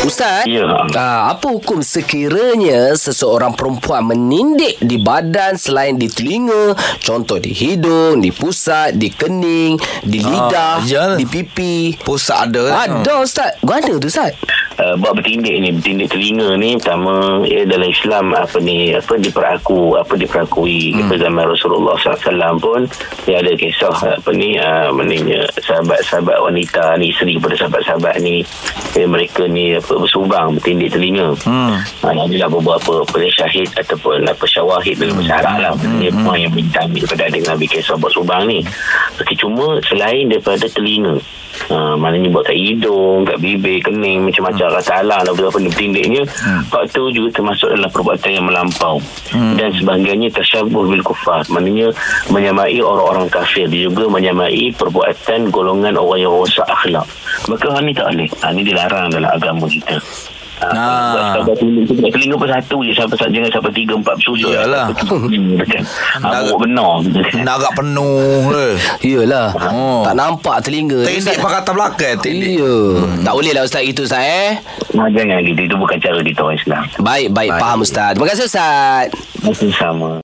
Ustaz Ya. ah, Apa hukum sekiranya Seseorang perempuan menindik Di badan selain di telinga Contoh di hidung Di pusat Di kening Di lidah ya. Ah, Di Eh. pipi Pusat ada kan? Ada Ustaz Mana tu Ustaz uh, buat bertindik ni bertindik telinga ni pertama ya, dalam Islam apa ni apa diperaku apa diperakui hmm. zaman Rasulullah SAW pun ya ada kisah apa ni uh, maknanya sahabat-sahabat wanita ni isteri kepada sahabat-sahabat ni ya, mereka ni apa bersubang bertindik telinga hmm. uh, adalah beberapa apa ni, syahid ataupun apa syawahid dalam bahasa Arab lah hmm. hmm. yang minta ambil daripada adik Nabi kisah buat subang ni okay, cuma selain daripada telinga Ha, maknanya buat kat hidung, kat bibir, kening, macam-macam hmm. rasa alang dan apa-apa bertindiknya. Hmm. Faktor juga termasuk dalam perbuatan yang melampau. Hmm. Dan sebagainya tersyabuh bil kufar. Maknanya menyamai orang-orang kafir. Dia juga menyamai perbuatan golongan orang yang rosak akhlak. Maka hal ni tak boleh. Ha, ni dilarang dalam agama kita. Ha, Ah. Buat telinga, buat telinga pun satu je sampai jangan sampai tiga empat sudut Iyalah. Hmm, betul ha, buat benar Narak penuh eh. Yelah Oh. Tak nampak telinga Tindik Ustaz. pakai atas belakang Tindik Ya Tak boleh lah Ustaz gitu Ustaz eh nah, jangan gitu itu bukan cara kita orang Islam Baik, baik, baik. faham Ustaz Terima kasih Ustaz Mungkin sama